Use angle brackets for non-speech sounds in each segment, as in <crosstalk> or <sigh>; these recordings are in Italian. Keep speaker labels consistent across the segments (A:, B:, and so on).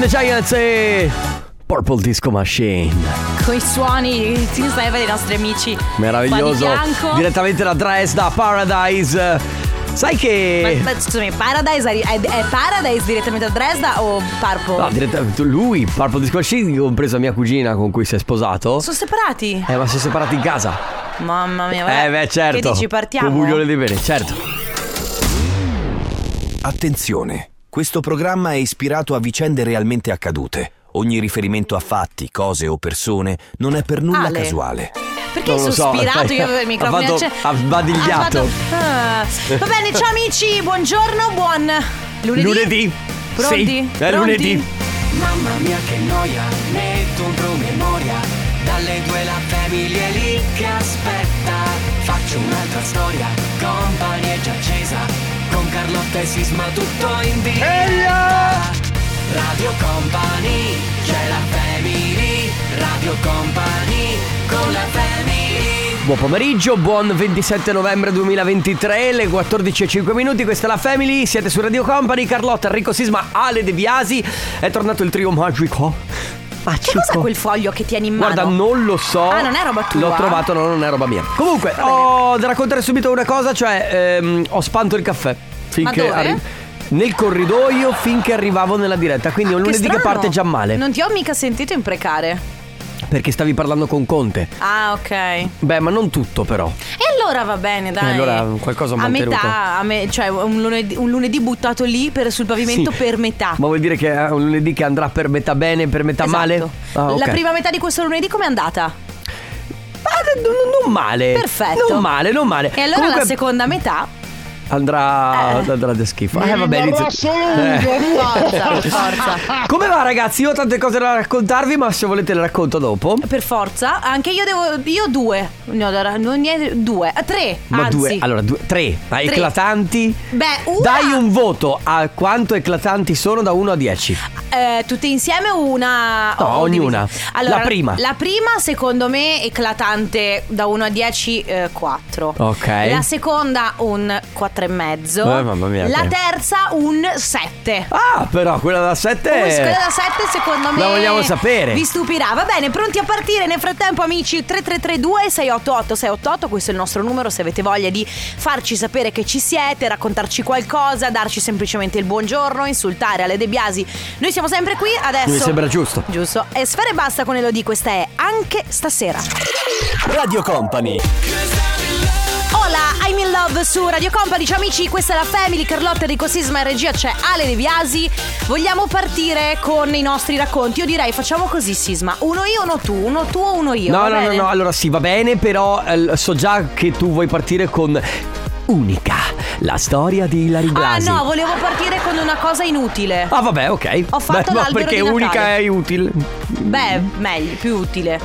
A: the Giants e Purple Disco Machine.
B: Con i suoni, si serve dei nostri amici.
A: Meraviglioso.
B: Qua di fianco.
A: Direttamente da Dres da Paradise. Sai che...
B: Ma- ma scusami, Paradise arri- è, è Paradise direttamente a Dresda o Parpo?
A: No, direttamente lui, Purple Disco Machine, compreso mia cugina con cui si è sposato.
B: Sono separati.
A: Eh, ma sono separati in casa.
B: Mamma mia, vabbè.
A: Eh, beh, certo.
B: Che dici, partiamo?
A: Un buglione di bene, certo.
C: Attenzione, questo programma è ispirato a vicende realmente accadute. Ogni riferimento a fatti, cose o persone non è per nulla
B: Ale.
C: casuale.
B: Perché
A: Non lo so,
B: sospirato? Io avevo
A: aspetta.
B: il microfono
A: <laughs> Ha fatto-
B: acceso.
A: ha sbadigliato.
B: Ha fatto- ah. Va bene, ciao amici, buongiorno, buon lunedì.
A: Lunedì.
B: Pronti?
A: Sì, è
B: Pronti?
A: lunedì.
D: Mamma mia che noia, metto un promemoria Dalle due la famiglia è lì che aspetta Faccio un'altra storia, compagnia è già accesa Con Carlotta e Sisma tutto in diretta Radio Company, c'è la family Radio Company, con la family
A: Buon pomeriggio, buon 27 novembre 2023, le 14.05 minuti, questa è la Family, siete su Radio Company, Carlotta, Enrico Sisma, Ale De Biasi, è tornato il trio magico.
B: Che
A: Magico.
B: cos'è quel foglio che tieni in mano?
A: Guarda, non lo so.
B: Ah, non è roba tua?
A: L'ho trovato, no, non è roba mia. Comunque, ho da raccontare subito una cosa, cioè ehm, ho spanto il caffè finché
B: Ma dove?
A: nel corridoio finché arrivavo nella diretta, quindi è un
B: Ah, Che
A: lunedì che
B: strano.
A: parte già male,
B: Non ti ho mica sentito imprecare.
A: perché stavi parlando con Conte.
B: Ah, ok.
A: Beh, ma non tutto però.
B: E allora va bene, dai.
A: E allora qualcosa ho
B: A
A: mantenuto.
B: metà, a me- cioè un lunedì, un lunedì buttato lì per- sul pavimento
A: Sì.
B: per metà.
A: Ma vuol dire che è un lunedì che andrà per metà bene, per metà
B: Esatto.
A: male? Ah, ok.
B: La prima metà di questo lunedì com'è andata?
A: Ma n- n- non male.
B: Perfetto.
A: Non male, non male.
B: E allora
A: Eh, Comunque
B: la seconda metà?
A: andrà,
B: Eh.
A: andrà da schifo. Eh, vabbè, inizio- Eh.
B: Forza, forza.
A: Come va ragazzi? Io ho tante cose da raccontarvi, ma se volete le racconto dopo.
B: Per forza, anche io devo. Io due. No, allora, non niente, due. Ah, Tre.
A: Ma
B: anzi.
A: due, allora due, tre, ma
B: Tre.
A: eclatanti.
B: Beh, una.
A: Dai un voto a quanto eclatanti sono da 1 a 10.
B: Eh, tutte insieme o una.
A: No,
B: o
A: ognuna.
B: divisa? Allora,
A: La prima.
B: La prima, secondo me, eclatante da 1 a 10, 4.
A: Ok.
B: La seconda, un 4 e mezzo.
A: Eh, mamma mia,
B: La
A: ok.
B: terza, un 7.
A: Ah, però quella da 7
B: Quella da 7 secondo me
A: La vogliamo sapere.
B: Vi stupirà Va bene pronti a partire Nel frattempo amici 3332 688 688 Questo è il nostro numero Se avete voglia di farci sapere che ci siete Raccontarci qualcosa Darci semplicemente il buongiorno Insultare Ale De Biasi Noi siamo sempre qui Adesso
A: Mi sembra giusto.
B: Giusto E sfere e basta con Elodie Questa è Anche Stasera
C: Radio Company.
B: Hola I'm in love su Radio Company Ciao amici Questa è la Family Carlotta Enrico Sisma in regia C'è Ale De Biasi Vogliamo partire con i nostri racconti Io direi facciamo così Sisma Uno io, uno tu Uno tu, uno io
A: No,
B: va
A: no, no,
B: bene?
A: no, allora sì, va bene, però eh, so già che tu vuoi partire con Unica, la storia di Ilari
B: Ah
A: Blasi.
B: no, volevo partire con una cosa inutile.
A: Ah, vabbè, ok.
B: Ho fatto
A: ma
B: l'albero di
A: perché
B: Natale.
A: unica è utile.
B: Beh, meglio, più utile.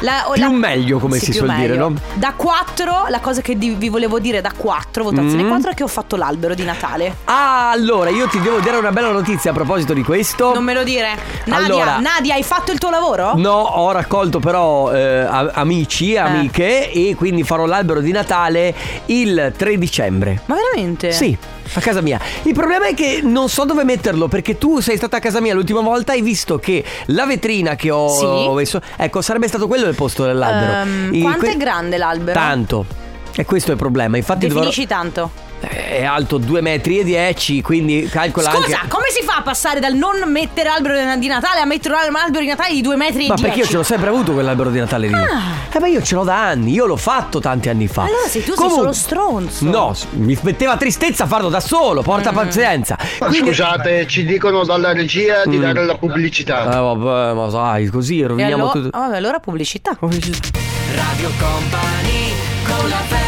B: La,
A: Più meglio, come si
B: più
A: suol dire,
B: meglio.
A: no?
B: Da 4, la cosa che di- vi volevo dire da 4, votazione
A: Mm.
B: 4, è che ho fatto l'albero di Natale.
A: Ah, allora, io ti devo dare una bella notizia a proposito di questo.
B: Non me lo dire. Nadia,
A: Oh. Allora- Mm.
B: Nadia, hai fatto il tuo lavoro?
A: No, ho raccolto però eh, a- amici, amiche e quindi farò l'albero di Natale il 3 dicembre.
B: Ma veramente?
A: Sì, a casa mia. Il problema è che non so dove metterlo perché tu sei stata a casa mia l'ultima volta e hai visto che la vetrina che ho
B: Sì.
A: ho messo, ecco, sarebbe stato quello il posto dell'albero.
B: Ehm,
A: I-
B: quanto
A: que-
B: è grande l'albero?
A: Tanto. E questo è il problema. Infatti dovrò- Eh,
B: Definisci tanto.
A: è alto 2,10 metri, e 10, quindi calcola anche...
B: Scusa, come si fa a passare dal non mettere albero di Natale a mettere un albero di Natale di 2 metri e
A: Ma
B: 10?
A: perché io ce l'ho sempre avuto quell'albero di Natale lì? Eh, ma io ce l'ho da anni, io l'ho fatto tanti anni fa.
B: Ah. Allora sei tu, sei
A: Comunque-
B: solo stronzo.
A: No, s- mi metteva tristezza farlo da solo, porta
B: Mm.
A: pazienza. Quindi-
E: Scusate, ci dicono dalla regia di dare la pubblicità.
A: Eh, vabbè, ma sai, così
B: E
A: roviniamo
B: allora,
A: tutto.
B: ah, vabbè, allora pubblicità.
D: Radio Company, con la family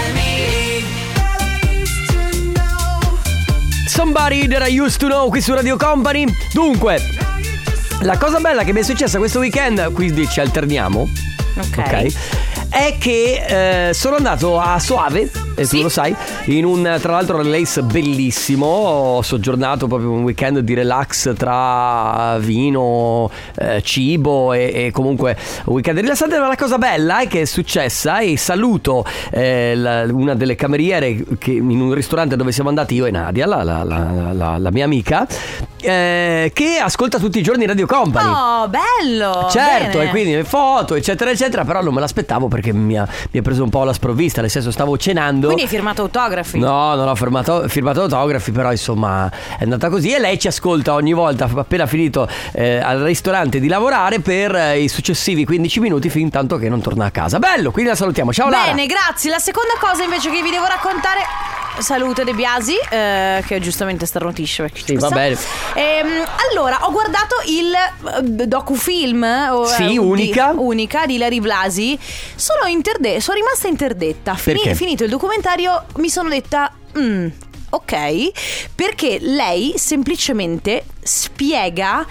A: Somebody that I used to know qui su Radio Company. Dunque, la cosa bella che mi è successa questo weekend, quindi ci alterniamo,
B: Ok.
A: ok? È che eh, sono andato a Soave, e tu lo sai, in un tra l'altro relax bellissimo. Ho soggiornato proprio un weekend di relax tra vino, eh, cibo e, e comunque un weekend rilassante. Ma la cosa bella è che è successa e saluto eh, la- una delle cameriere che- in un ristorante dove siamo andati io e Nadia, la- la- la- la- la mia amica. eh, che ascolta tutti i giorni Radio Company.
B: Oh, bello!
A: Certo,
B: bene.
A: e quindi le foto, eccetera, eccetera, però non me l'aspettavo perché mi ha, mi ha preso un po' la sprovvista, nel senso stavo cenando.
B: Quindi hai firmato autografi.
A: No, non ho firmato, firmato autografi, però insomma è andata così e lei ci ascolta ogni volta, f- appena finito eh, al ristorante di lavorare, per eh, i successivi 15 minuti, fin tanto che non torna a casa. Bello, quindi la salutiamo. Ciao Lara.
B: Bene, grazie. La seconda cosa invece che vi devo raccontare. Saluto De Biasi, eh, che giustamente starnutisce perché ci
A: Sì, va
B: sta.
A: bene.
B: Ehm, allora, ho guardato il eh, docufilm. eh, o-
A: Sì,
B: eh, di-
A: Unica.
B: unica di Larry Blasi. Sono, interde- sono rimasta interdetta. Fini-
A: Perché?
B: finito il documentario, mi sono detta. "Mm, ok, perché lei semplicemente spiega.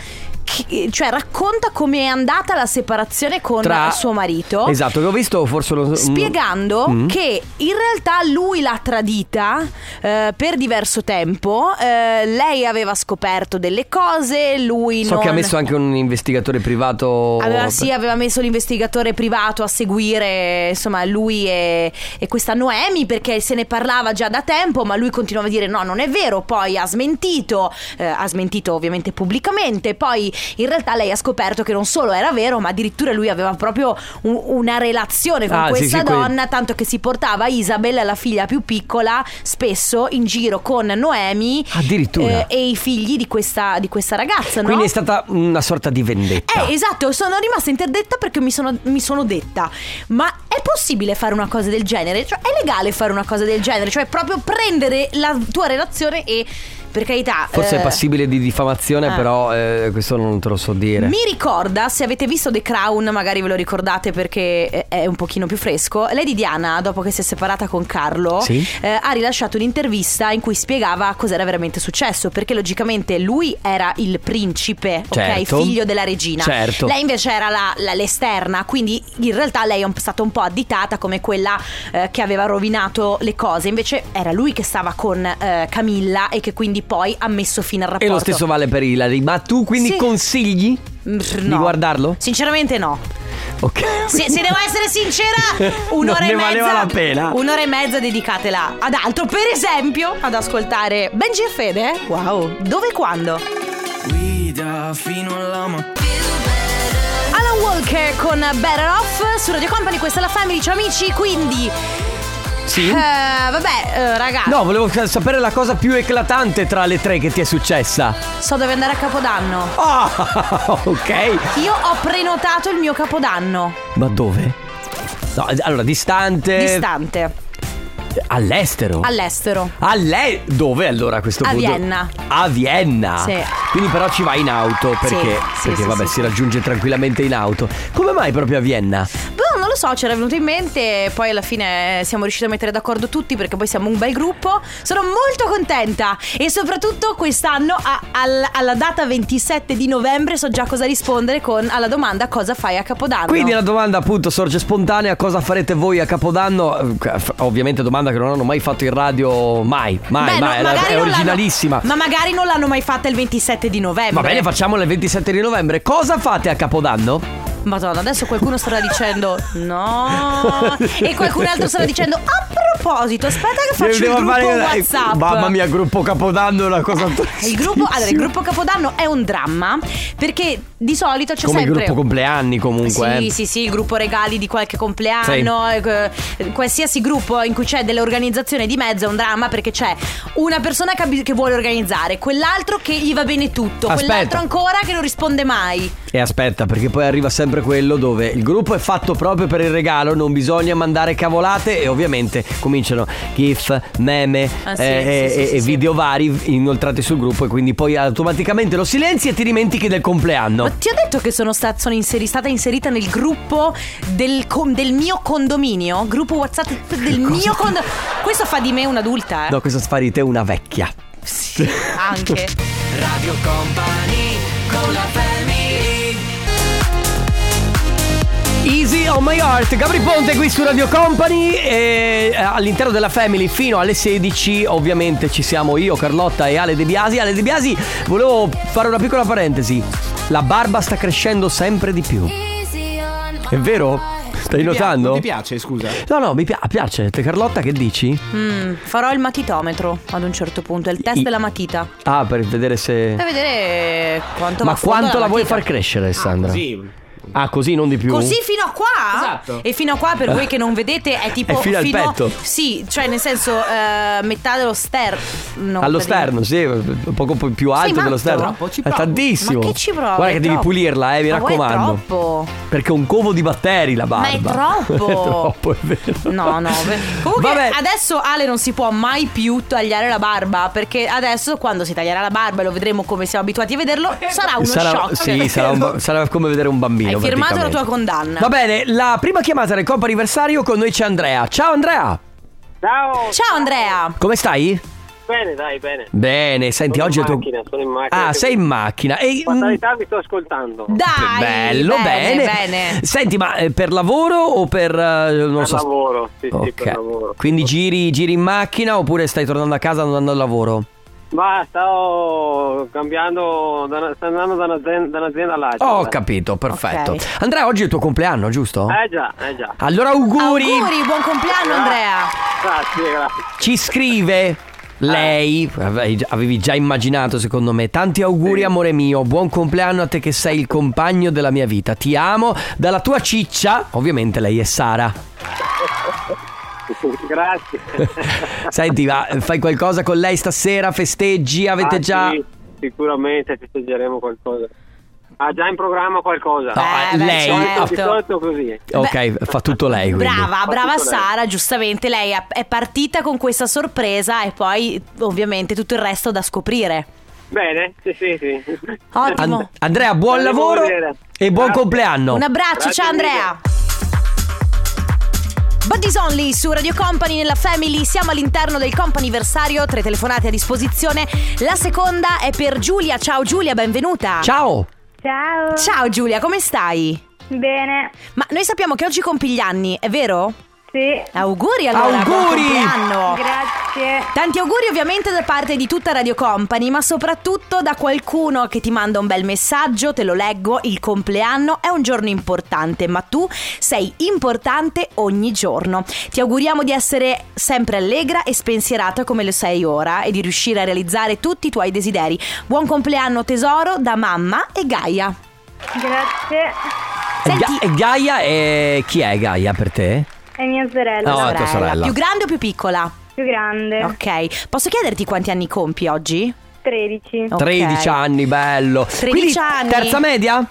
B: chi- Cioè, racconta come è andata la separazione con suo marito
A: Esatto, che ho visto forse lo
B: spiegando
A: Mm.
B: che in realtà lui l'ha tradita eh, per diverso tempo, eh, lei aveva scoperto delle cose, lui
A: So
B: non...
A: che ha messo anche un investigatore privato.
B: Aveva, sì, aveva messo l'investigatore privato a seguire insomma lui e, e questa Noemi perché se ne parlava già da tempo ma lui continuava a dire no non è vero poi ha smentito eh, ha smentito ovviamente pubblicamente poi in realtà lei ha scoperto che non solo era vero ma addirittura lui aveva proprio un- una relazione con
A: Ah, sì,
B: questa
A: sì, quindi-
B: donna tanto che si portava Isabella la figlia più piccola spesso in giro con Noemi
A: Addirittura.
B: eh, e i figli di questa, di questa ragazza no?
A: Quindi è stata una sorta di vendetta.
B: Eh, esatto, sono rimasta interdetta perché mi sono, mi sono detta: ma è possibile fare una cosa del genere? Cioè, è legale fare una cosa del genere? Cioè, proprio prendere la tua relazione e. Per carità.
A: Forse
B: eh,
A: è passibile di diffamazione,
B: ah.
A: però eh, questo non te lo so dire.
B: Mi ricorda, se avete visto The Crown, magari ve lo ricordate perché eh, è un pochino più fresco. Lady Diana, dopo che si è separata con Carlo,
A: Sì.
B: eh, ha rilasciato un'intervista in cui spiegava cos'era veramente successo. Perché logicamente lui era il principe,
A: Certo.
B: ok? Figlio della regina.
A: Certo.
B: Lei invece era la- la- l'esterna, quindi in realtà lei è un- stata un po' additata come quella eh, che aveva rovinato le cose. Invece era lui che stava con eh, Camilla e che quindi poi ha messo fine al
A: E
B: rapporto.
A: lo stesso vale per Ilari. Ma tu quindi
B: Sì.
A: consigli
B: Mm,
A: di
B: no.
A: guardarlo?
B: Sinceramente no.
A: Ok.
B: Se, se devo essere sincera, un'ora
A: <laughs> Non
B: e
A: ne valeva
B: mezza.
A: la pena.
B: Un'ora e mezza dedicatela ad altro, per esempio, ad ascoltare Benji e Fede. Wow, dove e quando?
D: Guida fino alla mattina.
B: Alan Walker con Better Off su Radio Company, questa è la Family, ciao amici, quindi
A: Sì.
B: eh, vabbè, eh, raga,
A: <laughs> No, volevo sa- sapere la cosa più eclatante tra le tre che ti è successa.
B: so dove andare a Capodanno.
A: Ah, <laughs> ok.
B: Io ho prenotato il mio Capodanno
A: Ma dove? No, allora, distante.
B: distante
A: oh. all'estero.
B: all'estero.
A: Alle- dove allora a questo
B: A
A: punto?
B: Vienna.
A: A Vienna.
B: Sì.
A: Quindi però ci vai in auto perché,
B: sì,
A: perché
B: sì,
A: vabbè
B: sì,
A: si
B: sì.
A: raggiunge tranquillamente in auto. Come mai proprio a Vienna?
B: Boh, non lo so, c'era venuto in mente, poi alla fine eh, siamo riusciti a mettere d'accordo tutti perché poi siamo un bel gruppo. Sono molto contenta e soprattutto quest'anno a- al- alla data 27 di novembre so già cosa rispondere con alla domanda cosa fai a Capodanno.
A: Quindi la domanda appunto sorge spontanea, cosa farete voi a Capodanno? Eh, f- Ovviamente domanda che non hanno mai fatto in radio, mai, mai,
B: Beh, no,
A: mai, è la-
B: magari
A: è
B: non
A: originalissima.
B: l'hanno- Ma magari non l'hanno mai fatta il 27 di novembre.
A: Va bene, facciamola il 27 di novembre. Cosa fate a Capodanno?
B: Madonna, adesso qualcuno starà dicendo
A: <laughs>
B: no. e qualcun altro starà dicendo a proposito, aspetta che faccio il
A: Devo
B: gruppo
A: fare- eh,
B: WhatsApp. Eh,
A: Mamma mia, gruppo Capodanno è una cosa
B: Il gruppo, allora, il gruppo Capodanno è un dramma perché di solito c'è
A: Come il
B: sempre.
A: gruppo compleanni comunque.
B: sì,
A: eh.
B: sì, sì, il gruppo regali di qualche compleanno, eh, eh, qualsiasi gruppo in cui c'è dell'organizzazione di mezzo è un dramma perché c'è una persona che, ha bis- che vuole organizzare, quell'altro che gli va bene tutto,
A: Aspetta.
B: quell'altro ancora che non risponde mai.
A: E aspetta, perché poi arriva sempre quello dove il gruppo è fatto proprio per il regalo, non bisogna mandare cavolate e ovviamente cominciano gif, meme
B: Ah, sì,
A: eh,
B: sì,
A: e,
B: sì, sì,
A: e
B: sì.
A: video vari inoltrati sul gruppo e quindi poi automaticamente lo silenzi e ti dimentichi del
B: Ma
A: compleanno.
B: ti ho detto che sono, sta- sono inseri- stata inserita nel gruppo del, con- del mio condominio? Gruppo WhatsApp del mio condominio. Questo fa di me un'adulta, eh.
A: No, questo sparite una vecchia.
B: Sì, anche.
D: Radio Company con la family.
A: Easy on my heart, Gabri Ponte qui su Radio Company e eh, all'interno della Family fino alle 16 ovviamente ci siamo io, Carlotta e Ale De Biasi. Ale De Biasi, volevo fare una piccola parentesi, la barba sta crescendo sempre di più. È vero? Stai
F: Ti pia-
A: notando?
F: non Ti piace, scusa.
A: No, no, mi pia- piace. Te Carlotta che dici?
B: Mm, farò il matitometro ad un certo punto, è il test
A: I-
B: della matita.
A: Ah, per vedere se...
B: Per vedere quanto va
A: Ma
B: a fondo
A: quanto la vuoi
B: matita.
A: far crescere, Alessandra?
F: Sì.
A: Ah, così non di più?
B: Così fino a qua?
F: Esatto.
B: E fino a qua per voi che non vedete è tipo
A: <laughs> È fino al petto.
B: Sì, cioè nel senso eh, metà dello sterno.
A: Allo sterno, sì, poco po- più alto dello
B: matto?
A: sterno.
F: Troppo, ci
A: È
F: provo.
A: tantissimo.
B: Ma che ci provo? È
A: Guarda che devi
B: troppo.
A: pulirla, eh, mi
B: Ma guarda, è
A: raccomando.
B: troppo.
A: Perché è un covo di batteri la
B: Ma è
A: barba.
B: troppo.
A: <laughs> è troppo, è vero.
B: No, no. beh. Comunque
A: Vabbè.
B: adesso Ale non si può mai più tagliare la barba. Perché adesso quando si taglierà la barba e lo vedremo come siamo abituati a vederlo, sarà uno
A: Sarà,
B: shock.
A: sì,
B: <laughs>
A: sarà, un ba- sarà come vedere un bambino.
B: Hai firmato la
A: praticamente.
B: tua condanna.
A: Va bene, la prima chiamata del compo anniversario con noi c'è Andrea. Ciao Andrea,
G: Ciao!
B: Ciao Andrea.
A: come stai?
G: Bene, dai, bene.
A: Bene, senti,
G: Sono
A: oggi
G: in
A: è il tuo-
G: macchina, sono in macchina.
A: Ah, sei in macchina. E, mm,
G: Fatalità vi sto ascoltando.
B: Dai.
A: bello, bene,
B: Bene.
A: Senti, ma eh, per lavoro o per eh, non
G: Per
A: so?
G: lavoro, sì, sì,
A: Ok.
G: per lavoro.
A: Quindi giri, giri in macchina oppure stai tornando a casa andando al lavoro?
G: Ma sto oh, cambiando, da una- sto andando da un'azienda, da un'azienda all'altra.
A: Ho
G: Beh.
A: capito, perfetto.
B: Ok.
A: Andrea, oggi è il tuo compleanno, giusto?
G: Eh già, eh già.
A: Allora auguri.
B: Auguri, buon compleanno Andrea.
G: Grazie, grazie.
A: Ci scrive lei, avevi già- avevi già immaginato secondo me, tanti auguri amore mio, buon compleanno a te che sei il compagno della mia vita, ti amo, dalla tua ciccia, ovviamente lei è Sara.
G: grazie. <laughs>
A: <laughs> Senti, ma fai qualcosa con lei stasera, festeggi, avete
G: Ah,
A: già...
G: sì, sicuramente festeggeremo qualcosa. Ha già in programma qualcosa.
A: No, eh,
B: Eh, beh,
A: lei...
B: certo.
G: Di solito così.
A: Ok, fa tutto lei. Quindi.
B: Brava,
G: Fa
B: brava
G: tutto lei.
B: Sara, giustamente lei è- è partita con questa sorpresa e poi ovviamente tutto il resto da scoprire.
G: Bene, sì, sì, sì.
B: Ottimo.
A: And- Andrea, buon
G: Volevo
A: lavoro
G: vedere.
A: e buon
G: Grazie.
A: compleanno.
B: Un abbraccio,
G: Grazie
B: ciao
G: mille.
B: Andrea. Buddies Only su Radio Company nella Family, siamo all'interno del companiversario, tre telefonate a disposizione. La seconda è per Giulia. Ciao Giulia, benvenuta.
A: Ciao.
H: Ciao.
B: Ciao Giulia, come stai?
H: Bene.
B: Ma noi sappiamo che oggi compi gli anni, è vero?
H: Sì.
B: Auguri allora, buon
A: Auguri.
B: compleanno.
H: Grazie.
B: Tanti auguri ovviamente da parte di tutta Radio Company, ma soprattutto da qualcuno che ti manda un bel messaggio, te lo leggo, il compleanno è un giorno importante, ma tu sei importante ogni giorno. Ti auguriamo di essere sempre allegra e spensierata come lo sei ora e di riuscire a realizzare tutti i tuoi desideri. Buon compleanno tesoro da mamma e Gaia.
H: Grazie.
A: E Ga-
B: Senti-
A: e Gaia è... chi è Gaia per te?
H: È mia sorella,
A: No, è tua sorella.
B: Più grande o più piccola?
H: più grande.
B: Ok, posso chiederti quanti anni compi oggi?
H: 13.
B: Ok.
A: 13 anni, bello.
B: 13
A: Quindi,
B: anni.
A: Terza media?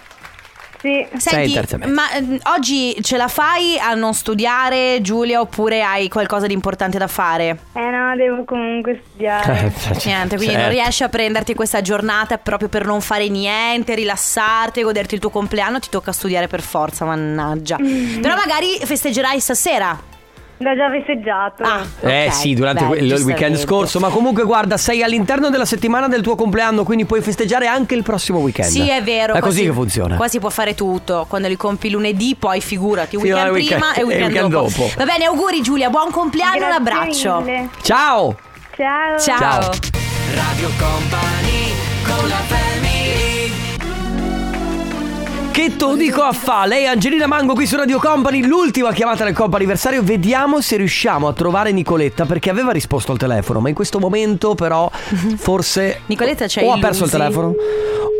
H: Sì. eh
A: Sei in
B: Senti,
A: terza media.
B: ma ehm, oggi ce la fai a non studiare, Giulia, oppure hai qualcosa di importante da fare?
H: Eh no, devo comunque studiare.
B: Eh, Niente, quindi non
A: Eh, Certo.
B: riesci a prenderti questa giornata proprio per non fare niente, rilassarti, goderti il tuo compleanno, ti tocca studiare per forza, mannaggia.
H: Mm.
B: Però magari festeggerai stasera.
H: L'ho già festeggiato.
A: Eh
B: ok,
A: sì, durante
B: beh,
A: que- il weekend
B: giustamente.
A: scorso, ma comunque guarda, sei all'interno della settimana del tuo compleanno, quindi puoi festeggiare anche il prossimo weekend.
B: Sì, è vero.
A: È
B: qua
A: così
B: si-
A: che funziona.
B: Qua si può fare tutto. Quando li compi lunedì, poi figurati,
A: Fino
B: weekend
A: al weekend-
B: prima e
A: e
B: weekend,
A: weekend
B: dopo.
A: dopo.
B: Va bene, auguri Giulia, buon compleanno,
H: Grazie
B: un abbraccio.
H: mille.
A: Ciao!
H: Ciao.
B: Ciao.
A: Ciao.
D: Radio Company con la family
A: Che te lo dico a fa? Lei è Angelina Mango qui su Radio Company, l'ultima chiamata del Coppa Anniversario. Vediamo se riusciamo a trovare Nicoletta perché aveva risposto al telefono, ma in questo
B: <laughs>
A: momento però forse
B: Nicoletta c'è
A: o ha
B: il
A: perso il
B: Lusi.
A: telefono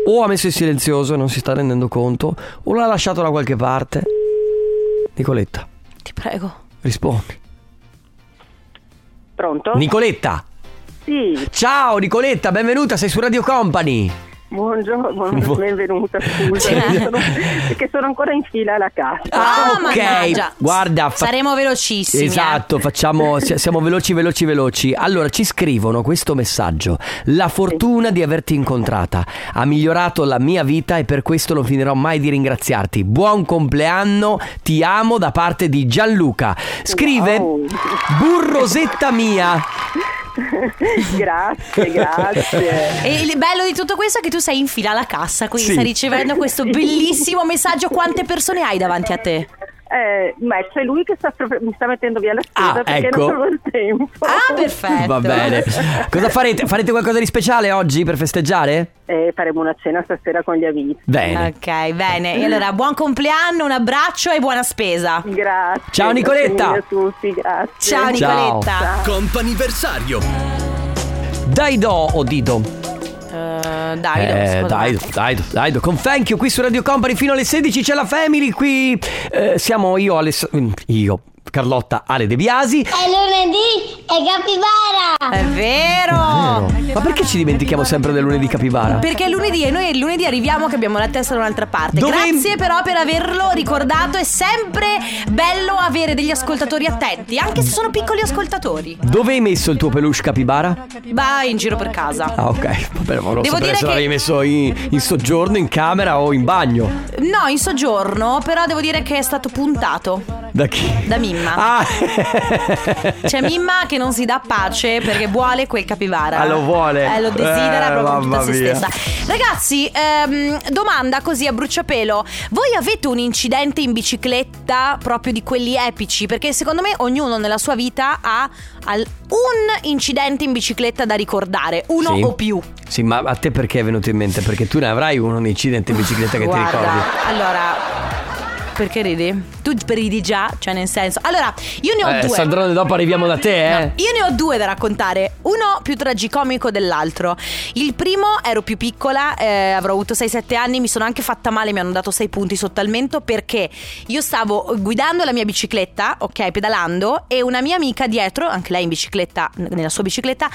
A: o ha messo in silenzioso e non si sta rendendo conto o l'ha lasciato da qualche parte. Nicoletta,
B: Ti prego.
A: rispondi.
G: Pronto?
B: Oh.
A: Nicoletta.
G: Sì,
A: Ciao Nicoletta, benvenuta, sei su Radio Company.
G: buongiorno, benvenuta, scusa,
B: Sì.
G: sono- perché sono ancora in fila alla cassa.
B: Ah,
A: ok.
B: mannaggia.
A: Guarda, fa-
B: saremo velocissimi. eh. <laughs>
A: Esatto, facciamo, si- siamo veloci, veloci, veloci. Allora, ci scrivono questo messaggio. La fortuna di averti incontrata ha migliorato la mia vita e per questo non finirò mai di ringraziarti. Buon compleanno, ti amo da parte di Gianluca. Scrive
G: Wow.
A: Burrosetta mia.
B: <laughs>
G: grazie, grazie.
B: E il bello di tutto questo è che tu sei in fila alla cassa, quindi
A: Sì.
B: stai ricevendo questo bellissimo messaggio. Quante persone hai davanti a te?
H: Eh, ma c'è lui che sta stra- mi sta mettendo via la spesa
A: Ah,
H: perché
A: ecco.
H: non trovo il tempo.
B: Ah, perfetto.
A: Va bene. Cosa farete? Farete qualcosa di speciale oggi per festeggiare?
H: Eh, faremo una cena stasera con gli amici.
A: Bene.
B: Ok, bene. E allora, buon compleanno, un abbraccio e buona spesa.
H: Grazie.
A: Ciao, Nicoletta.
H: Grazie mille a tutti, grazie.
B: Ciao
A: Ciao.
B: Ah, Nicoletta.
D: Comp'anniversario
A: Daido o Dido?
B: Eh, Daido,
A: Eh,
B: secondo me.
A: Daido, Daido, Daido. Con Thank You qui su Radio Company fino alle 16 c'è la Family qui. Eh, siamo io, Aless- mm, io, Carlotta, Ale De Biasi.
F: È lunedì, è capibara!
B: È vero.
A: Ma perché ci dimentichiamo sempre del lunedì capibara?
B: Perché è lunedì e noi il lunedì arriviamo che abbiamo la testa da un'altra parte.
A: Dove-
B: Grazie però per averlo ricordato. È sempre bello avere degli ascoltatori attenti, anche se sono piccoli ascoltatori.
A: Dove hai messo il tuo peluche capibara?
B: Vai in giro per casa.
A: Ah, ok. Vabbè, ma non
B: Devo
A: saprei
B: dire
A: se
B: che-
A: l'avevi messo in, in soggiorno, in camera o in bagno.
B: No, in soggiorno, però devo dire che è stato puntato
A: Da chi?
B: da Mimma.
A: Ah, <laughs>
B: C'è Mimma che non si dà pace perché vuole quel capivara.
A: Ah, lo vuole.
B: Eh, lo desidera
A: Eh,
B: proprio con
A: mamma
B: tutta se
A: mia.
B: stessa. Ragazzi, ehm, domanda così a bruciapelo. Voi avete un incidente in bicicletta proprio di quelli epici? Perché secondo me ognuno nella sua vita ha al- un incidente in bicicletta da ricordare, uno
A: Sì.
B: o più.
A: Sì, ma a te perché è venuto in mente? Perché tu ne avrai uno, un incidente in bicicletta che ti
B: Guarda,
A: ricordi.
B: allora... Perché ridi? Tu ridi già, cioè nel senso... Allora, io ne ho
A: Eh,
B: due.
A: Sandrone, dopo arriviamo da te, eh.
B: Io ne ho due da raccontare, uno più tragicomico dell'altro. Il primo ero più piccola, eh, avrò avuto 6-7 anni, mi sono anche fatta male, mi hanno dato 6 punti sotto al mento perché io stavo guidando la mia bicicletta, ok, pedalando, e una mia amica dietro, anche lei in bicicletta, nella sua bicicletta,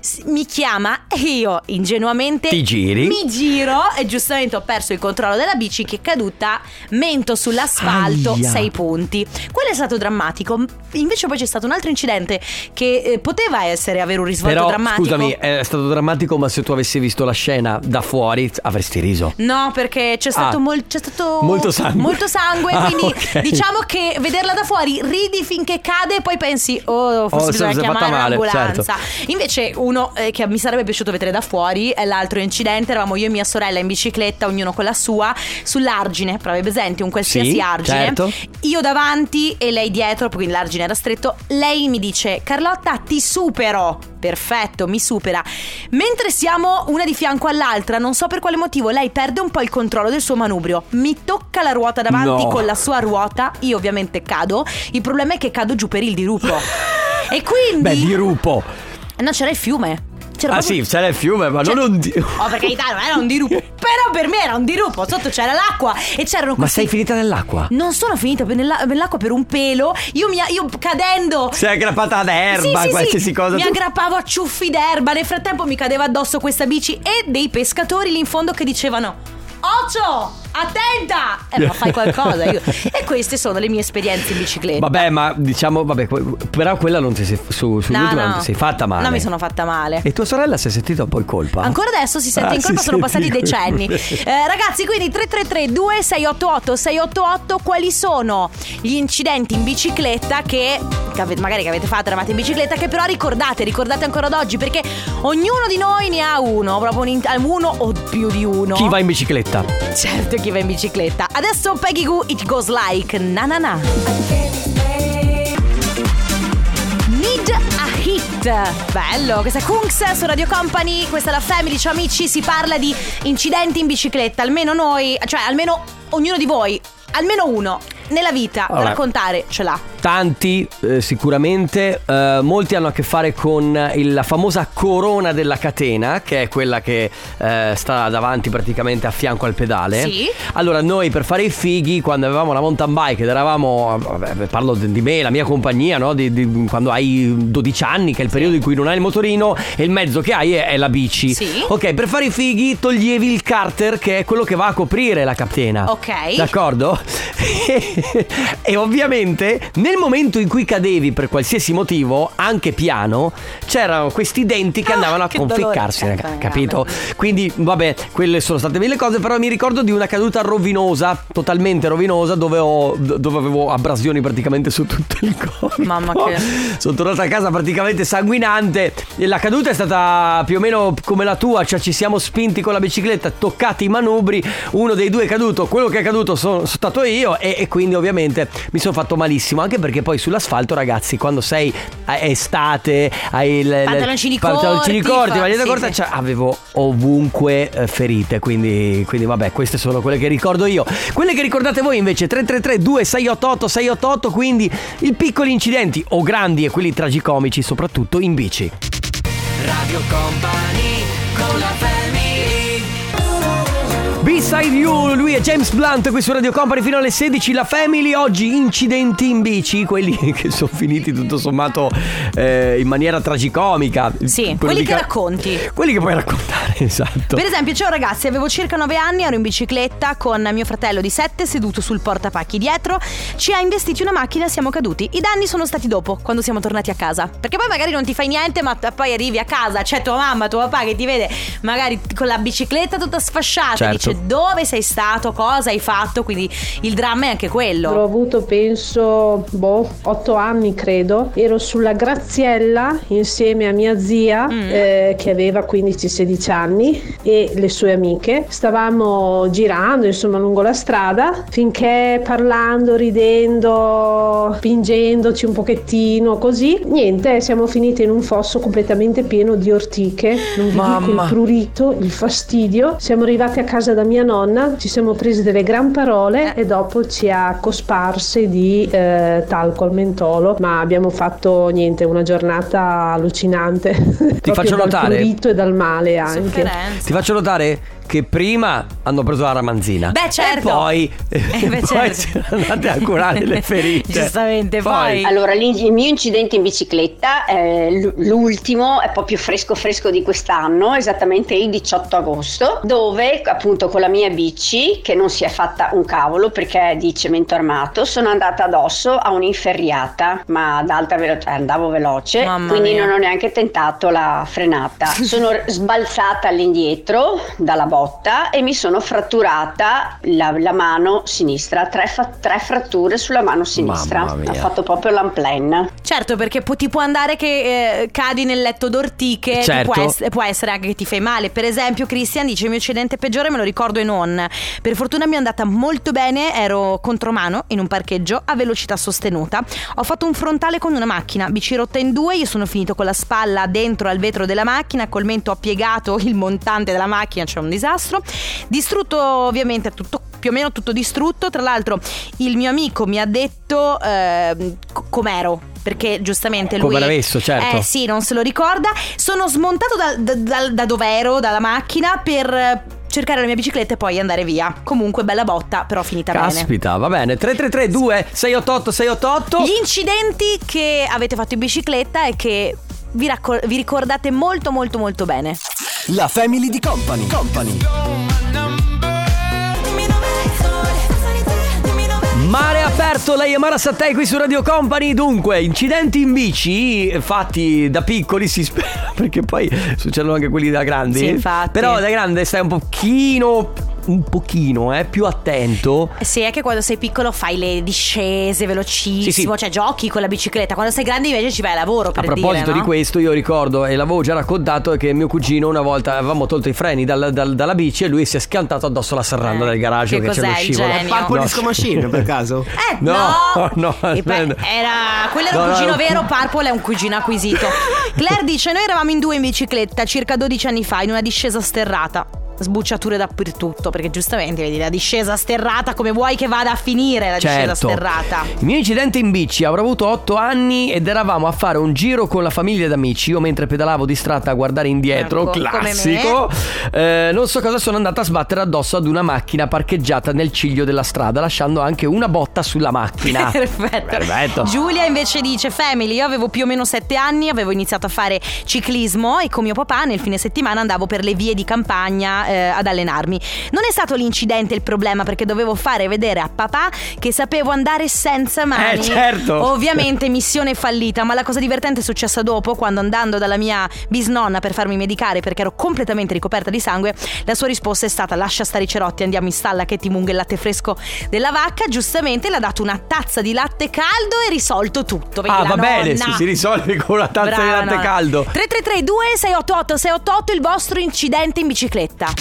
B: s- mi chiama e io ingenuamente
A: Ti giri.
B: mi giro e giustamente ho perso il controllo della bici che è caduta, mento sull'asfalto,
A: Aia.
B: 6 punti. Quello è stato drammatico. Invece poi c'è stato un altro incidente che eh, poteva essere avere un risvolto
A: Però,
B: drammatico.
A: scusami, è stato drammatico, ma se tu avessi visto la scena da fuori avresti riso.
B: No, perché c'è stato,
A: Ah.
B: mol- c'è stato
A: Molto sangue.
B: molto sangue,
A: Ah,
B: quindi
A: ok.
B: diciamo che vederla da fuori ridi finché cade e poi pensi, oh,
A: Oh,
B: forse
A: se
B: bisogna
A: si è fatta
B: chiamare
A: male, certo."
B: l'ambulanza. Invece uno eh, che mi sarebbe piaciuto vedere da fuori è l'altro incidente, eravamo io e mia sorella in bicicletta, ognuno con la sua, sull'argine, proprio presente, un qualsiasi
A: Sì,
B: argine.
A: certo.
B: Io davanti e lei dietro, quindi l'argine era stretto. Lei mi dice: Carlotta, ti supero. Perfetto, mi supera. Mentre siamo una di fianco all'altra, non so per quale motivo, lei perde un po' il controllo del suo manubrio. Mi tocca la ruota davanti
A: No.
B: con la sua ruota. Io ovviamente cado. Il problema è che cado giù per il
A: <laughs>
B: dirupo. e quindi.
A: Beh, di rupo.
B: No, c'era il fiume. C'era
A: Ah,
B: proprio-
A: sì, c'era il fiume, ma
B: Cioè-
A: non un. di-
B: Oh, per carità, non era un dirupo.
A: <laughs>
B: Però per me era un dirupo. Sotto c'era l'acqua e c'erano
A: Ma
B: questi
A: sei finita nell'acqua?
B: non sono finita per- nella- nell'acqua per un pelo. Io, mi, io cadendo.
A: Sei aggrappata ad erba,
B: Sì, sì,
A: qualsiasi
B: sì,
A: cosa.
B: Mi
A: tu-
B: aggrappavo a ciuffi d'erba. Nel frattempo mi cadeva addosso questa bici e dei pescatori lì in fondo che dicevano. Ocio, attenta! Eh, ma fai qualcosa.
A: <laughs>
B: io- E queste sono le mie esperienze in bicicletta.
A: Vabbè, ma diciamo, vabbè, que- però quella non ti sei. Su, sull'ultima non ti sei fatta male.
B: No, mi sono fatta male.
A: E tua sorella si è sentita poi colpa?
B: Ancora adesso si sente
A: Ah,
B: in colpa,
A: si
B: sono
A: sente
B: passati
A: in colpa.
B: decenni. Eh, ragazzi, quindi 333 2688 688 quali sono gli incidenti in bicicletta che, che ave- magari che avete fatto, eravate in bicicletta, che però ricordate, ricordate ancora ad oggi, perché ognuno di noi ne ha uno, proprio un in- uno o più di uno.
A: Chi va in bicicletta?
B: Certo, chi va in bicicletta. Adesso Peggy Goo, it goes like na na na. Need a hit. Bello, questa è Kungs su Radio Company, questa è la Family, ciao amici, si parla di incidenti in bicicletta, almeno noi, cioè almeno ognuno di voi, almeno uno nella vita da
A: Allora.
B: raccontare ce l'ha.
A: Tanti, eh, sicuramente, eh, molti hanno a che fare con il- la famosa corona della catena, che è quella che eh, sta davanti praticamente a fianco al pedale.
B: Sì.
A: Allora, noi per fare i fighi, quando avevamo la mountain bike ed eravamo, vabbè, parlo di di me, la mia compagnia, no? Di- di- quando hai 12 anni, che è il periodo in cui non hai il motorino e il mezzo che hai è, è la bici.
B: Sì.
A: Ok, per fare i fighi toglievi il carter, che è quello che va Ah. a coprire la catena. <laughs>
B: Ok.
A: D'accordo? e ovviamente ne Nel momento in cui cadevi per qualsiasi motivo, anche piano, c'erano questi denti che
B: Ah,
A: andavano a
B: che dolore. Certo,
A: conficcarsi,
B: Cacca,
A: raga,
B: raga,
A: capito? Quindi, vabbè, quelle sono state mille cose, però mi ricordo di una caduta rovinosa, totalmente rovinosa, dove, ho- dove avevo abrasioni praticamente su tutto il corpo.
B: Mamma che-
A: Sono tornata a casa praticamente sanguinante. E la caduta è stata più o meno come la tua, cioè ci siamo spinti con la bicicletta, toccati i manubri, uno dei due è caduto, quello che è caduto sono, sono stato io e, e quindi ovviamente mi sono fatto malissimo, anche perché poi sull'asfalto ragazzi, quando sei a- estate, hai il...
B: Pantaloncini
A: il- pantaloncini
B: corti,
A: corti,
B: fa-
A: maglietta
B: sì,
A: corta,
B: sì.
A: cioè, avevo ovunque eh, ferite, quindi, quindi vabbè, queste sono quelle che ricordo io. Quelle che ricordate voi invece, 333 2688 688, quindi i piccoli incidenti o grandi e quelli tragicomici, soprattutto in bici.
D: Radio Company con la family
A: Beside You, lui è James Blunt qui su Radio Company fino alle 16, la Family, oggi incidenti in bici, quelli <laughs> che sono finiti tutto sommato eh, in maniera tragicomica.
B: Sì,
A: Quello
B: quelli
A: di
B: che
A: ca-
B: racconti.
A: Quelli che puoi raccontare, <laughs> esatto.
B: Per esempio, ciao ragazzi, avevo circa 9 anni, ero in bicicletta con mio fratello di 7 seduto sul portapacchi dietro. Ci ha investiti una macchina, siamo caduti. I danni sono stati dopo, quando siamo tornati a casa. Perché poi magari non ti fai niente, ma t- poi arrivi a casa, c'è tua mamma, tuo papà che ti vede magari con la bicicletta tutta sfasciata e
A: Certo.
B: dice dove sei stato, cosa hai fatto, quindi il dramma è anche
I: Ho
B: quello.
I: avuto penso, boh, 8 anni credo. Ero sulla Graziella insieme a mia zia
B: Mm.
I: eh, che aveva 15-16 anni e le sue amiche. Stavamo girando insomma lungo la strada finché parlando, ridendo, pingendoci un pochettino così. Niente, siamo finite in un fosso completamente pieno di ortiche. Non vi dico
A: Mamma.
I: il prurito, il fastidio. Siamo arrivati a casa da mia nonna, ci siamo presi delle gran parole
A: Eh.
I: e dopo ci ha cosparse di eh, talco al mentolo, ma abbiamo fatto niente, una giornata allucinante. Proprio
A: faccio
I: dal
A: notare-
I: prurito e dal male anche.
B: Sofferenza.
A: Ti faccio notare che prima hanno preso la ramanzina.
B: Beh, certo.
A: E poi,
B: Eh, beh,
A: <laughs> poi
B: certo.
A: si sono andate a
B: <laughs>
A: curare le ferite.
B: Giustamente, poi.
J: Allora, l'in- il mio incidente in bicicletta, eh, l- l'ultimo, è proprio fresco fresco di quest'anno, esattamente il 18 agosto, dove appunto con la mia bici, che non si è fatta un cavolo perché è di cemento armato, sono andata addosso a un'inferriata, ma ad alta velocità, andavo veloce,
B: Mamma
J: quindi
B: mia.
J: non ho neanche tentato la frenata.
B: <laughs>
J: Sono r- sbalzata all'indietro dalla botta e mi sono fratturata la, la mano sinistra, tre, fa- tre fratture sulla mano sinistra.
A: Mamma mia.
J: Ha fatto proprio l'amplen.
B: Certo, perché pu- ti può andare che eh, cadi nel letto d'ortiche, ti
A: Certo.
B: può, ess- può essere anche che ti fai male. Per esempio, Christian dice: Il mio incidente peggiore me lo ricordo e non. Per fortuna mi è andata molto bene, ero contromano in un parcheggio a velocità sostenuta. Ho fatto un frontale con una macchina, bici rotta in due. Io sono finito con la spalla dentro al vetro della macchina, col mento ha piegato <laughs> il montante della macchina, cioè un disastro. Distrutto, ovviamente, tutto più o meno tutto distrutto. Tra l'altro, il mio amico mi ha detto ehm, co- com'ero. Perché giustamente lui.
A: Come l'ha messo, certo.
B: Eh sì, non se lo ricorda. Sono smontato da, da, da- da dove ero, dalla macchina, per eh, cercare la mia bicicletta e poi andare via. Comunque, bella botta, però finita bene.
A: Caspita, va bene. 3332 688 688.
B: Gli incidenti che avete fatto in bicicletta e che vi, raccol- vi ricordate molto, molto, molto bene.
C: La family di Company. Company.
A: Mare aperto, lei è Mara Sattei qui su Radio Company. Dunque, incidenti in bici eh, fatti da piccoli, si spera, <laughs> perché poi succedono anche quelli da grandi.
B: Sì, infatti.
A: Però da grande stai un pochino, un pochino, eh, più attento.
B: Eh Sì, è che quando sei piccolo fai le discese velocissimo,
A: Sì,
B: cioè giochi con la bicicletta. Quando sei grande invece ci vai al lavoro per
A: A proposito
B: dire,
A: di
B: no?
A: questo, io ricordo e l'avevo già raccontato che mio cugino una volta avevamo tolto i freni dal- dal- dalla bici e lui si è schiantato addosso alla serranda
B: Eh,
A: del garage
B: che
A: che, c'è lo
B: cos'è il
A: scivolo.
B: genio? Parco
A: No.
D: disco machine per caso?
B: <laughs> Eh,
A: No,
B: <laughs> no,
A: <laughs> no,
B: E poi
A: no.
B: era, quello era
A: No,
B: un
A: no,
B: cugino
A: no.
B: vero, Purple è un cugino acquisito. <laughs>
A: <laughs>
B: Claire dice: Noi eravamo in due in bicicletta circa 12 anni fa, in una discesa sterrata. Sbucciature dappertutto, perché giustamente vedi la discesa sterrata, come vuoi che vada a finire la discesa
A: Certo.
B: sterrata?
A: Il mio incidente in bici avrò avuto 8 anni ed eravamo a fare un giro con la famiglia ed amici. Io mentre pedalavo distratta a guardare indietro,
B: Ecco, come
A: classico, eh, non so cosa sono andata a sbattere addosso ad una macchina parcheggiata nel ciglio della strada, lasciando anche una botta sulla macchina.
B: <laughs> Perfetto.
A: Perfetto.
B: Giulia invece dice: Family, io avevo più o meno 7 anni, avevo iniziato a fare ciclismo e con mio papà nel fine settimana andavo per le vie di campagna eh, ad allenarmi. Non è stato l'incidente il problema perché dovevo fare vedere a papà che sapevo andare senza mani.
A: Eh, certo.
B: Ovviamente missione fallita, ma la cosa divertente è successa dopo quando andando dalla mia bisnonna per farmi medicare perché ero completamente ricoperta di sangue, la sua risposta è stata lascia stare i cerotti, andiamo in stalla che ti munga il latte fresco della vacca. Giustamente le ha dato una tazza di latte caldo e risolto tutto. Vedi
A: Ah,
B: la
A: va bene,
B: nonna.
A: si, si risolve con una tazza di
B: Brava,
A: latte
B: no.
A: caldo.
B: 3332 688 688 il vostro incidente in bicicletta.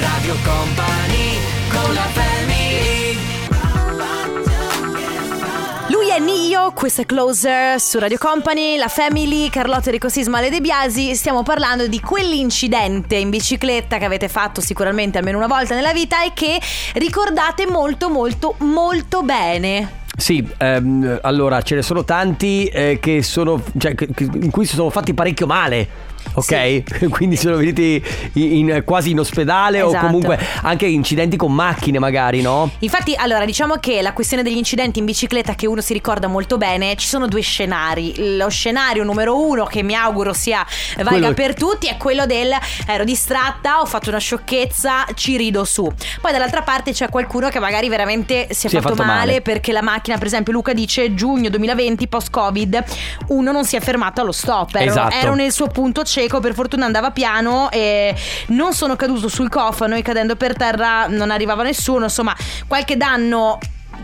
D: Radio Company con la family
B: Lui è Nio, questo è Closer su Radio Company, la Family, Carlotta Enrico Sisma, Ale De Biasi. Stiamo parlando di quell'incidente in bicicletta che avete fatto sicuramente almeno una volta nella vita e che ricordate molto molto molto bene.
A: Sì, ehm, allora ce ne sono tanti eh, che sono, cioè, che- che- in cui si sono fatti parecchio male. Ok, <laughs> quindi sono venuti in- in- quasi in ospedale
B: Esatto.
A: o comunque anche incidenti con macchine magari, no?
B: Infatti, allora, diciamo che la questione degli incidenti in bicicletta che uno si ricorda molto bene, ci sono due scenari. Lo scenario numero uno, che mi auguro sia valga
K: Quello-
B: per tutti, è quello del eh, ero distratta, ho fatto una sciocchezza, ci rido su. Poi dall'altra parte c'è qualcuno che magari veramente si è, fatto, male, perché la macchina, per esempio, Luca dice giugno 2020, post-Covid, uno non si è fermato allo stop. Ero,
A: Esatto.
B: ero nel suo punto cieco, per fortuna andava piano e non sono caduto sul cofano e cadendo per terra non arrivava nessuno, insomma, qualche danno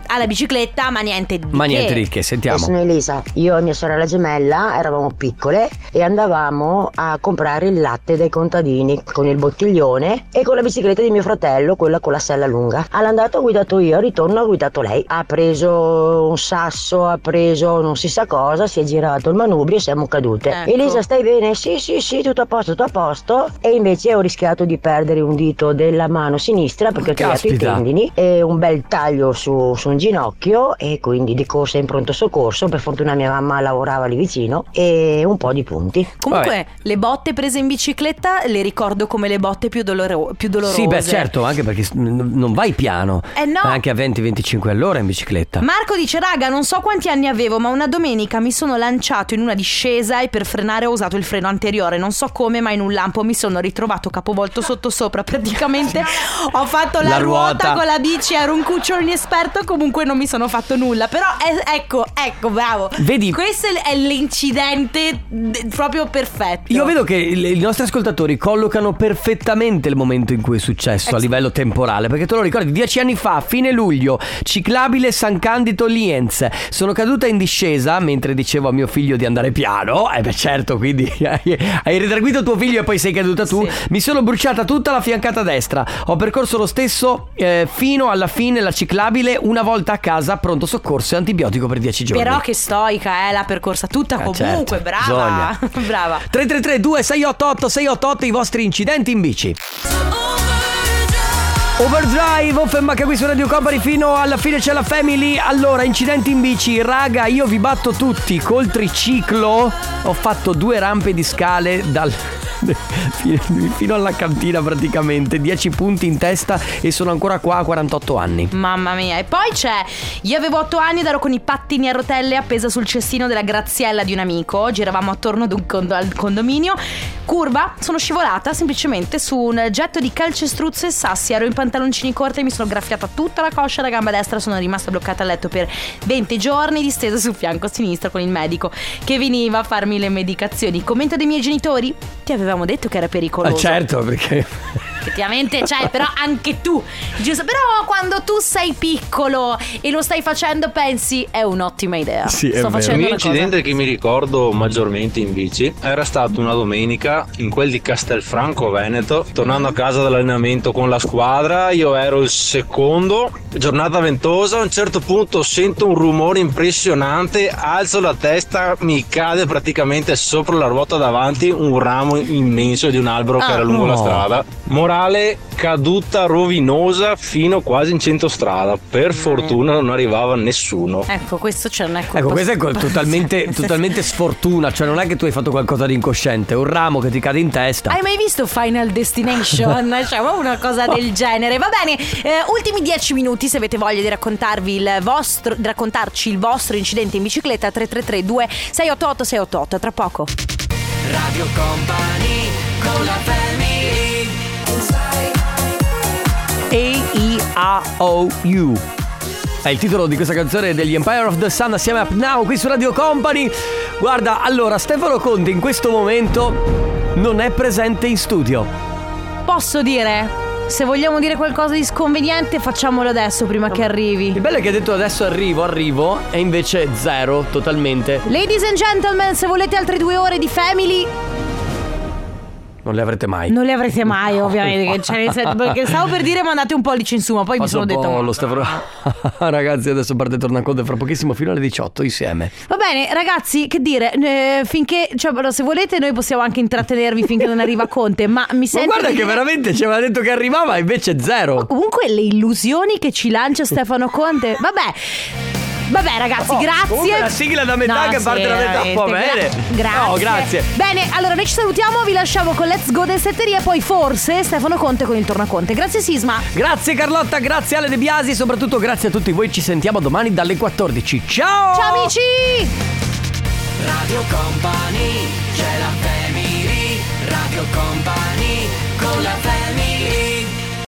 B: alla bicicletta, ma niente di
A: Ma
B: che.
A: niente di che,
L: Io sono
A: sentiamo.
L: Elisa, io e mia sorella gemella eravamo piccole e andavamo a comprare il latte dai contadini con il bottiglione e con la bicicletta di mio fratello, quella con la sella lunga. All'andata ho guidato io, al ritorno ha guidato lei. Ha preso un sasso, ha preso non si sa cosa, si è girato il manubrio e siamo cadute.
M: Ecco.
L: Elisa, stai bene? Sì, sì, sì, tutto a posto, tutto a posto. E invece ho rischiato di perdere un dito della mano sinistra perché ho tagliato i
M: Caspita.
L: tendini tendini e un bel taglio su, su un ginocchio e quindi di corsa in pronto soccorso. Per fortuna mia mamma lavorava lì vicino e un po' di punti.
B: Comunque, le botte prese in bicicletta le ricordo come le botte più, doloro- più dolorose.
A: Sì, beh, certo, anche perché s- n- non vai piano.
B: Eh, no.
A: Vai anche a 20-25 all'ora in bicicletta.
B: Marco dice raga non so quanti anni avevo ma una domenica mi sono lanciato in una discesa e per frenare ho usato il freno anteriore non so come ma in un lampo mi sono ritrovato capovolto sotto sopra praticamente ho fatto la,
A: La ruota.
B: con la bici ero un cucciolo inesperto comunque non mi sono fatto nulla però eh, ecco ecco bravo
A: Vedi-
B: questo è l- è l'incidente d- proprio perfetto
A: Io vedo che il- i nostri ascoltatori collocano perfettamente il momento in cui è successo a livello temporale, perché te lo ricordi, dieci anni fa, fine luglio, ciclabile San Candido Lienz, sono caduta in discesa mentre dicevo a mio figlio di andare piano, eh beh certo, quindi <laughs> hai, hai redarguito tuo figlio e poi sei caduta tu, mi sono bruciata tutta la fiancata destra, ho percorso lo stesso eh, fino alla fine la ciclabile, una volta a casa, pronto soccorso e antibiotico per dieci giorni.
B: però che stoica eh l'ha percorsa tutta comunque
A: certo,
B: brava <laughs> brava
A: 333 2688 688 i vostri incidenti in bici. Overdrive, Offenbach qui su Radio Company fino alla fine c'è la family. Allora, incidenti in bici, raga, io vi batto tutti col triciclo. Ho fatto due rampe di scale dal <laughs> fino alla cantina praticamente, 10 punti in testa e sono ancora qua a 48 anni.
B: Mamma mia, e poi c'è. Io avevo 8 anni ed ero con i pattini a rotelle appesa sul cestino della graziella di un amico. Giravamo attorno ad un condo- al condominio. Curva, sono scivolata semplicemente su un getto di calcestruzzo e sassi. Ero in pantaloncini corti e mi sono graffiata tutta la coscia da gamba destra. Sono rimasta bloccata a letto per 20 giorni, distesa sul fianco sinistro con il medico che veniva a farmi le medicazioni. Commento dei miei genitori? Ti avevamo detto che era pericoloso.
A: certo, perché
B: Effettivamente c'è, però anche tu. Giusto? Però quando tu sei piccolo e lo stai facendo, pensi è un'ottima idea.
N: Sì,
B: Sto
N: Il
B: facendo
N: mio
B: una cosa.
N: incidente che mi ricordo maggiormente in bici era stato una domenica in quel di Castelfranco Veneto, tornando a casa dall'allenamento con la squadra, io ero il secondo, giornata ventosa, a un certo punto sento un rumore impressionante, alzo la testa, mi cade praticamente sopra la ruota davanti un ramo immenso di un albero che
O: Ah,
N: era lungo la
O: no.
N: strada. Morale, caduta rovinosa fino quasi in centrostrada, per fortuna non arrivava nessuno.
B: Ecco, questo c'è un
A: Ecco, questo è co-
B: <laughs>
A: totalmente, totalmente sfortuna, cioè non è che tu hai fatto qualcosa di incosciente, è un ramo che ti cade in testa.
B: Hai mai visto Final Destination?
A: <laughs>
B: cioè, proprio una cosa del genere. Va bene, eh, ultimi 10 minuti se avete voglia di raccontarvi il vostro, di raccontarci il vostro incidente in bicicletta 3332 688 688 tra poco.
D: Radio Company con la family
A: A-O-U. È il titolo di questa canzone degli Empire of the Sun assieme a Now qui su Radio Company. Guarda, allora, Stefano Conte in questo momento non è presente in studio.
B: Posso dire? Se vogliamo dire qualcosa di sconveniente, facciamolo adesso prima che arrivi.
A: Il bello è che ha detto adesso arrivo, arrivo, e invece zero totalmente.
B: Ladies and gentlemen, se volete altre due ore di family,
A: Non le avrete mai.
B: non le avrete mai, ovviamente. che c'è nel senso- perché stavo per dire mandate un pollice in su, ma poi
A: Passa
B: mi
A: un
B: sono
A: po'
B: detto.
A: lo Stefano. <laughs> Ragazzi, adesso parte torna Conte fra pochissimo fino alle 18 insieme.
B: Va bene, ragazzi, che dire? eh, finché. Cioè, allora, se volete, noi possiamo anche intrattenervi finché non arriva Conte. Ma mi
A: Ma
B: sento.
A: guarda
B: di
A: che
B: dire-
A: veramente ci aveva detto che arrivava, invece zero.
B: Comunque le illusioni che ci lancia Stefano Conte. Vabbè. Vabbè ragazzi,
A: Oh,
B: grazie.
A: comunque la sigla da metà che parte da metà,
B: veramente,
A: va bene.
B: gra- grazie.
A: No, grazie.
B: Bene, allora noi ci salutiamo, vi lasciamo con Let's Go del Setteria e poi forse Stefano Conte con il Tornaconte. Grazie Sisma.
A: Grazie Carlotta, grazie Ale De Biasi, soprattutto grazie a tutti voi. Ci sentiamo domani dalle 14. Ciao!
B: Ciao amici!